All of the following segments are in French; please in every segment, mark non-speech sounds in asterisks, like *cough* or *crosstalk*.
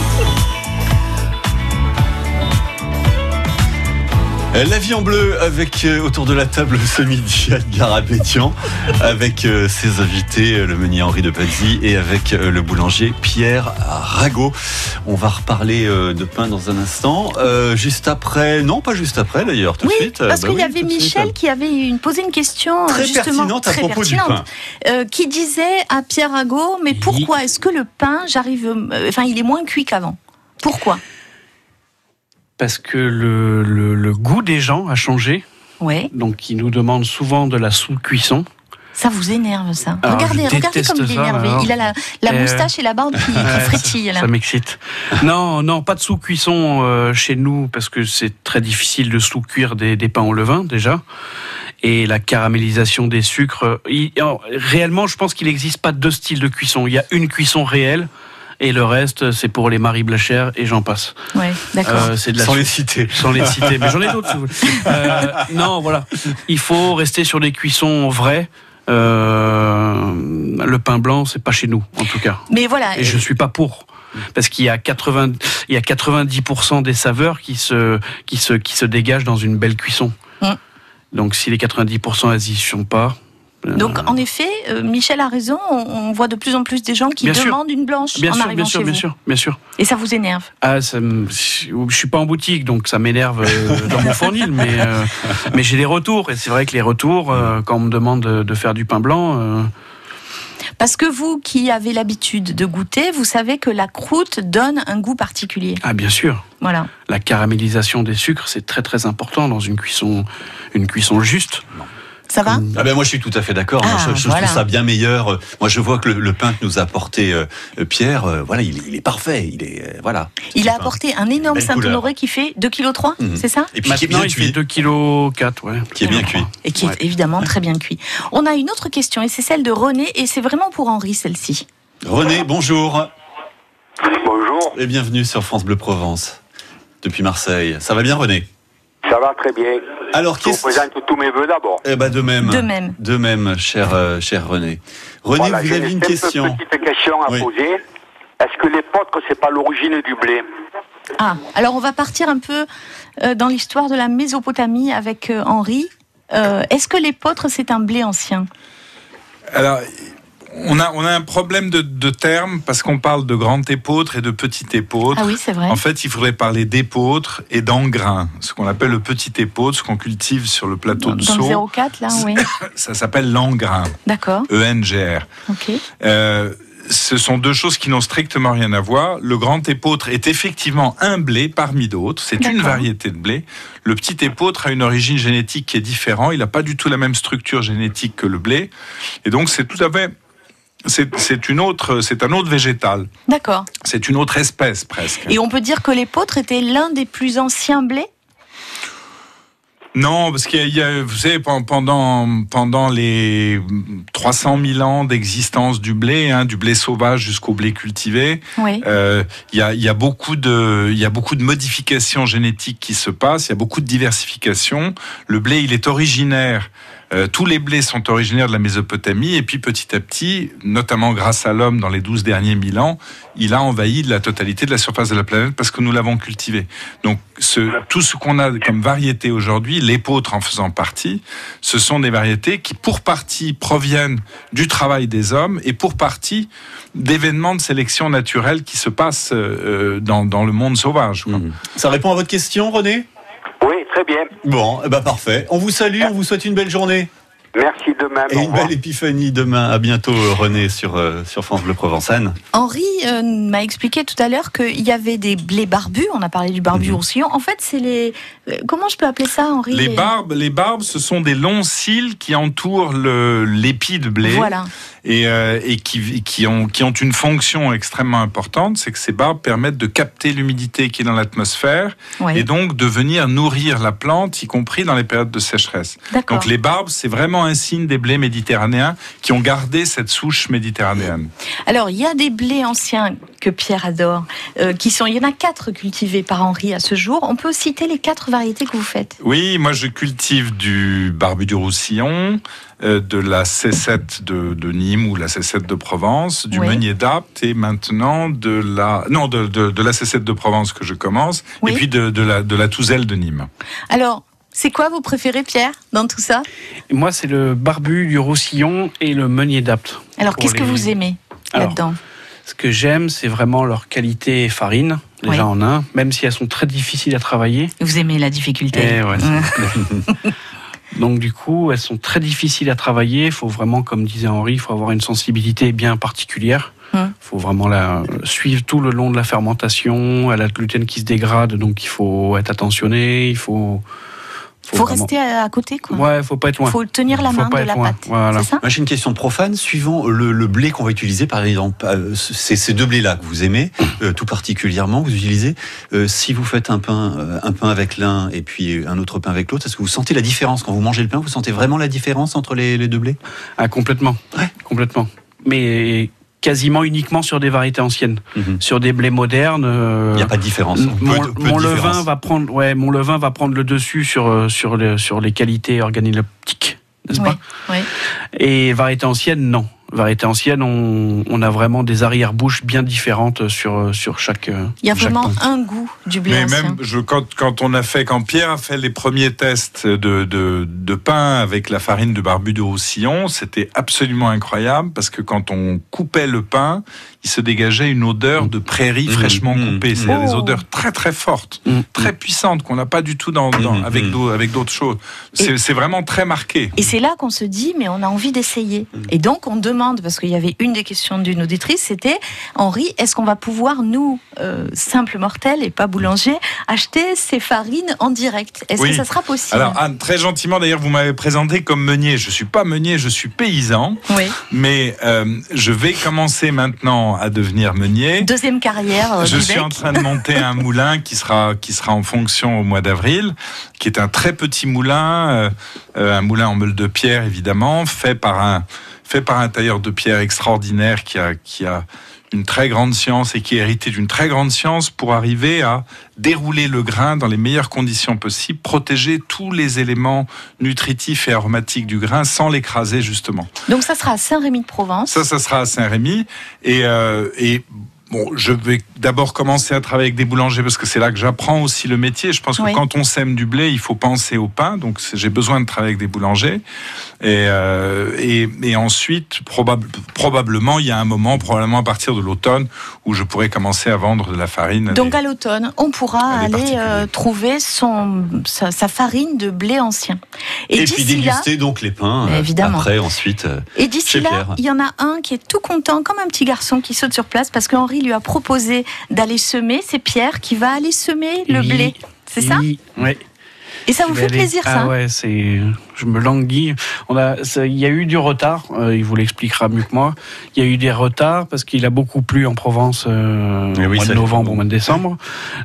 Euh, La vie en bleu avec euh, autour de la table *laughs* ce midi Edgar Abétian, avec euh, ses invités, euh, le meunier Henri de Pazy et avec euh, le boulanger Pierre Rago. On va reparler euh, de pain dans un instant. Euh, juste après, non pas juste après d'ailleurs, tout Oui, de suite. euh, Parce Bah qu'il oui, y avait tout de suite. Michel qui avait une- posé une question euh, Très justement pertinente à très propos du pertinente, pain. euh, qui disait à Pierre Rago mais pourquoi est-ce que le pain j'arrive euh, enfin il est moins cuit qu'avant Pourquoi Parce que le, le- le goût des gens a changé, Ouais, donc ils nous demandent souvent de la sous-cuisson. ça vous énerve ça. Alors, regardez, Ah, je regardez déteste comme il est ça, énervé. alors. Il a la, la Euh, moustache et la barbe qui, qui *laughs* ouais, frétillent là. Ça m'excite. Non, non, pas de sous-cuisson euh, chez nous, parce que c'est très difficile de sous-cuire des, des pains au levain déjà. Et la caramélisation des sucres. euh, il- alors, réellement, je pense qu'il n'existe pas deux styles de cuisson. Il y a une cuisson réelle. Et le reste, c'est pour les Marie Blachère et j'en passe. Ouais, d'accord. Euh, c'est de la Sans les citer. sans les citer, mais j'en ai d'autres. si vous voulez. Euh, non, voilà. Il faut rester sur des cuissons vraies. Euh, le pain blanc, c'est pas chez nous, en tout cas. mais voilà, Et je suis pas pour. Parce qu'il y a 80, il y a 90% des saveurs qui se, qui se, qui se dégagent dans une belle cuisson. Mm. Donc si les 90% elles y sont pas. euh, donc en effet, euh, Michel a raison, on, on voit de plus en plus des gens qui Bien sûr. demandent une blanche bien en sûr, arrivant bien sûr, chez bien vous. sûr, bien sûr. Et ça vous énerve. Ah, ça me- je suis pas en boutique, donc ça m'énerve euh, dans mon fournil, mais, euh, mais j'ai des retours. Et c'est vrai que les retours, euh, quand on me demande de, de faire du pain blanc, euh, Parce que vous qui avez l'habitude de goûter, vous savez que la croûte donne un goût particulier. ah bien sûr, Voilà. la caramélisation des sucres, c'est très très important dans une cuisson, une cuisson juste. Ça va Ah ben moi je suis tout à fait d'accord. hein. Ah, je je voilà. trouve ça bien meilleur. Euh, Moi je vois que le, le pain que nous a apporté euh, euh, Pierre, euh, voilà, il, il est parfait. Il est euh, voilà. Il a Enfin, apporté un énorme Belle Saint-Honoré qui fait 2,3 kg, Mhm. c'est ça Et puis qui est Maintenant, bien il fait cuit. 2 kg 4, ouais. Qui est bien cuit. Et qui Ouais. est évidemment très bien cuit. On a une autre question, et c'est celle de René, et c'est vraiment pour Henri celle-ci. René, bonjour Bonjour, et bienvenue sur France Bleu Provence depuis Marseille. Ça va bien René ça va très bien. Alors Je vous qu'est-ce présente tous mes voeux d'abord. Eh ben de même. De même. De même, cher euh, cher René. René, Voilà, vous j'ai avez une simple question. petite question à Oui. poser. Est-ce que les potres, c'est pas l'origine du blé Ah, alors on va partir un peu euh, dans l'histoire de la Mésopotamie avec euh, Henri. Euh, Est-ce que l'épeautre, c'est un blé ancien Alors, on a, on a un problème de, de termes parce qu'on parle de grand épôtre et de petit épôtre. Ah oui, c'est vrai. En fait, il faudrait parler d'épôtre et d'engrain, ce qu'on appelle le petit épôtre, ce qu'on cultive sur le plateau Dans de le Sceaux. 04, là, *laughs* oui. Ça s'appelle E l'engrain, D'accord, ENGR. ok. Euh, ce sont deux choses qui n'ont strictement rien à voir. Le grand épôtre est effectivement un blé parmi d'autres. C'est une D'accord. variété de blé. Le petit épôtre a une origine génétique qui est différente. Il n'a pas du tout la même structure génétique que le blé. Et donc, c'est tout à fait. C'est c'est une autre, c'est un autre végétal, D'accord. c'est une autre espèce presque. Et on peut dire que l'épeautre était l'un des plus anciens blés Non, parce qu'il y a- il y a, vous savez, pen- pendant, pendant les 300 000 ans d'existence du blé, hein, du blé sauvage jusqu'au blé cultivé, Oui. Euh, Il y, a, il y a beaucoup de, il y a beaucoup de modifications génétiques qui se passent. Il y a beaucoup de diversification. Le blé, il est originaire. euh, tous les blés sont originaires de la Mésopotamie et puis petit à petit, notamment grâce à l'homme dans les 12 derniers 1000 ans, il a envahi la totalité de la surface de la planète parce que nous l'avons cultivé. Donc ce, tout ce qu'on a comme variété aujourd'hui, l'épeautre en faisant partie, ce sont des variétés qui pour partie proviennent du travail des hommes et pour partie d'événements de sélection naturelle qui se passent euh, dans, dans le monde sauvage. quoi. Mhm. Ça répond à votre question René Oui, très bien. Bon, eh ben parfait. On vous salue, on vous souhaite une belle journée Merci de même. et au une revoir. belle épiphanie demain. À bientôt euh, René sur euh, sur France Bleu Provence. Anne Henri euh, m'a expliqué tout à l'heure qu'il y avait des blés barbus. On a parlé du barbu Mhm. roussillon. En fait, c'est les. euh, Comment je peux appeler ça, Henri Les barbes, les barbes, ce sont des longs cils qui entourent le- l'épi de blé Voilà. et, euh, et qui, qui, ont, qui ont une fonction extrêmement importante, c'est que ces barbes permettent de capter l'humidité qui est dans l'atmosphère Ouais. et donc de venir nourrir la plante, y compris dans les périodes de sécheresse. D'accord. Donc les barbes, c'est vraiment un signe des blés méditerranéens qui ont gardé cette souche méditerranéenne. Alors, il y a des blés anciens que Pierre adore, euh, qui sont. Il y en a quatre cultivés par Henri à ce jour. On peut citer les quatre variétés que vous faites. Oui, moi je cultive du barbu du Roussillon, euh, de la C7 de, de Nîmes ou la C7 de Provence, du Oui. meunier d'Apte et maintenant de la non de, de- de la C7 de Provence que je commence Oui. et puis de, de la de la Touzelle de Nîmes. Alors. C'est quoi vos préférés, Pierre, dans tout ça Et Moi, c'est le barbu du Roussillon et le meunier d'Apt. Alors, Pour qu'est-ce que les- vous aimez Alors, là-dedans Ce que j'aime, c'est vraiment leur qualité farine, déjà Oui. en un, même si elles sont très difficiles à travailler. Vous aimez la difficulté Eh ouais, c'est- *laughs* Donc du coup, elles sont très difficiles à travailler. Il faut vraiment, comme disait Henri, il faut avoir une sensibilité bien particulière. Il Hum. faut vraiment la suivre tout le long de la fermentation. Elle a le gluten qui se dégrade, donc il faut être attentionné. Il faut. Faut vraiment- rester à, à côté, quoi. Ouais, faut pas être loin. Faut tenir la Faut main pas de être la loin, pâte. voilà. C'est ça Moi, j'ai une question profane. Suivant le, le blé qu'on va utiliser, par exemple, euh, c- c'est ces deux blés-là que vous aimez, Hum. euh, tout particulièrement, que vous utilisez, euh, si vous faites un pain, euh, un pain avec l'un et puis un autre pain avec l'autre, est-ce que vous sentez la différence quand vous mangez le pain Vous sentez vraiment la différence entre les, les deux blés Ah, complètement. Ouais. Complètement. Mais quasiment uniquement sur des variétés anciennes. Mhm. Sur des blés modernes. Hum, euh, Il n'y a pas de différence. Mon, Peu de- peu de mon levain différence. va prendre, ouais, mon levain va prendre le dessus sur euh, sur les, sur les qualités organoleptiques, n'est-ce Ouais, pas ouais. Et variété ancienne, non. Variété ancienne, on, on a vraiment des arrière-bouches bien différentes sur euh, sur chaque. euh, Il y a chaque vraiment plante. un goût du blé Mais ancien. même je, quand, quand on a fait, quand Pierre a fait les premiers tests de, de, de pain avec la farine de barbu de Roussillon, c'était absolument incroyable parce que quand on coupait le pain, il se dégageait une odeur de prairie Mmh, fraîchement mmh, coupée. mmh. C'est des Oh. odeurs très très fortes, Mm. très puissantes qu'on n'a pas du tout dans, dans- Mmh, avec mmh. d'au- avec d'autres choses. C'est c'est vraiment très marqué. Et c'est là qu'on se dit, mais on a envie d'essayer. Mm. Et donc on demande, parce qu'il y avait une des questions d'une auditrice, c'était Henri, est-ce qu'on va pouvoir, nous, euh, simples mortels et pas boulangers, acheter ces farines en direct Est-ce Oui. que ça sera possible Alors Anne, très gentiment d'ailleurs, vous m'avez présenté comme meunier. Je suis pas meunier, je suis paysan, Oui. mais euh, je vais commencer maintenant à devenir meunier. Deuxième carrière. euh, Je du suis bec. en train de monter un moulin qui sera, qui sera en fonction au mois d'avril, qui est un très petit moulin, euh, euh, un moulin en meule de pierre évidemment, fait par un, fait par un tailleur de pierre extraordinaire qui a, qui a une très grande science et qui a hérité d'une très grande science pour arriver à dérouler le grain dans les meilleures conditions possibles, protéger tous les éléments nutritifs et aromatiques du grain sans l'écraser justement. Donc ça sera à Saint-Rémy-de-Provence. Ça, ça sera à Saint-Rémy. Et, euh, et bon, je vais d'abord commencer à travailler avec des boulangers parce que c'est là que j'apprends aussi le métier. Je pense que Oui. quand on sème du blé, il faut penser au pain. Donc c'est- j'ai besoin de travailler avec des boulangers. Et, euh, et, et ensuite, probable- probablement, il y a un moment, probablement à partir de l'automne, où je pourrai commencer à vendre de la farine. à donc des- à l'automne, on pourra Ah, des aller euh, particuliers. trouver son, sa, sa farine de blé ancien. Et, Et, puis d'ici là, déguster donc les pains. euh, Évidemment. Après, ensuite. euh, Et d'ici Chez là, Pierre. il y en a un qui est tout content, comme un petit garçon qui saute sur place, parce qu'Henri lui a proposé d'aller semer. C'est Pierre qui va aller semer le Oui. blé. C'est ça Oui, ouais. Et ça Je vous vais fait aller- plaisir, ah ça hein ouais, c'est. Je me languis. On a, ça- il y a eu du retard. euh, il vous l'expliquera mieux que moi. Il y a eu des retards parce qu'il a beaucoup plu en Provence euh, Eh au oui, mois ça de fait novembre, bon. au mois de décembre.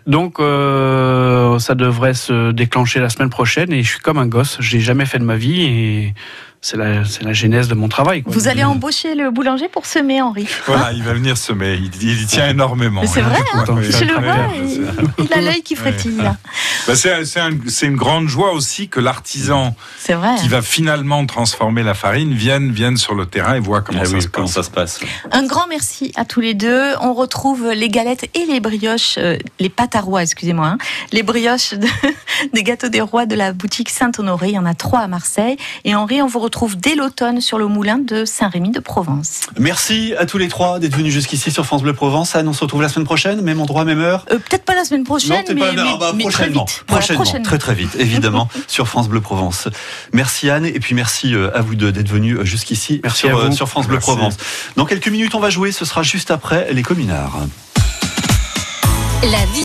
Donc euh, ça devrait se déclencher la semaine prochaine. Et je suis comme un gosse. Je l'ai jamais fait de ma vie et c'est la, c'est la genèse de mon travail. quoi. Vous allez embaucher le boulanger pour semer, Henri. Voilà, il va venir semer. Il, il y tient énormément. ah. Mais c'est vrai, Ouais, hein. ouais, *laughs* Je Je le ouais, vois, ouais, c'est- il, il a l'œil qui frétille. là. Ah. Bah, c'est- c'est un- c'est une grande joie aussi que l'artisan C'est vrai. qui va finalement transformer la farine viennent, viennent sur le terrain et voient comment ah ça oui, se comment passe. ça se passe Un grand merci à tous les deux. On retrouve les galettes et les brioches, euh, les pâtes à rois, excusez-moi, hein, les brioches de- *laughs* des gâteaux des rois de la boutique Saint-Honoré. Il y en a trois à Marseille. Et Henri, on vous retrouve dès l'automne sur le moulin de Saint-Rémy de Provence. Merci à tous les trois d'être venus jusqu'ici sur France Bleu Provence. Anne, on se retrouve la semaine prochaine, même endroit, même heure. Euh, Peut-être pas la semaine prochaine, t'es mais, pas là. mais- Ah bah, mais très prochainement, vite. Voilà, prochainement, prochainement. très très vite, *laughs* évidemment, sur France Bleu Provence. Merci Anne, et puis merci euh, à vous deux d'être venus euh, jusqu'ici Merci sur, à vous. sur France Bleu Merci. Provence. Dans quelques minutes, on va jouer, ce sera juste après les communards. La vie.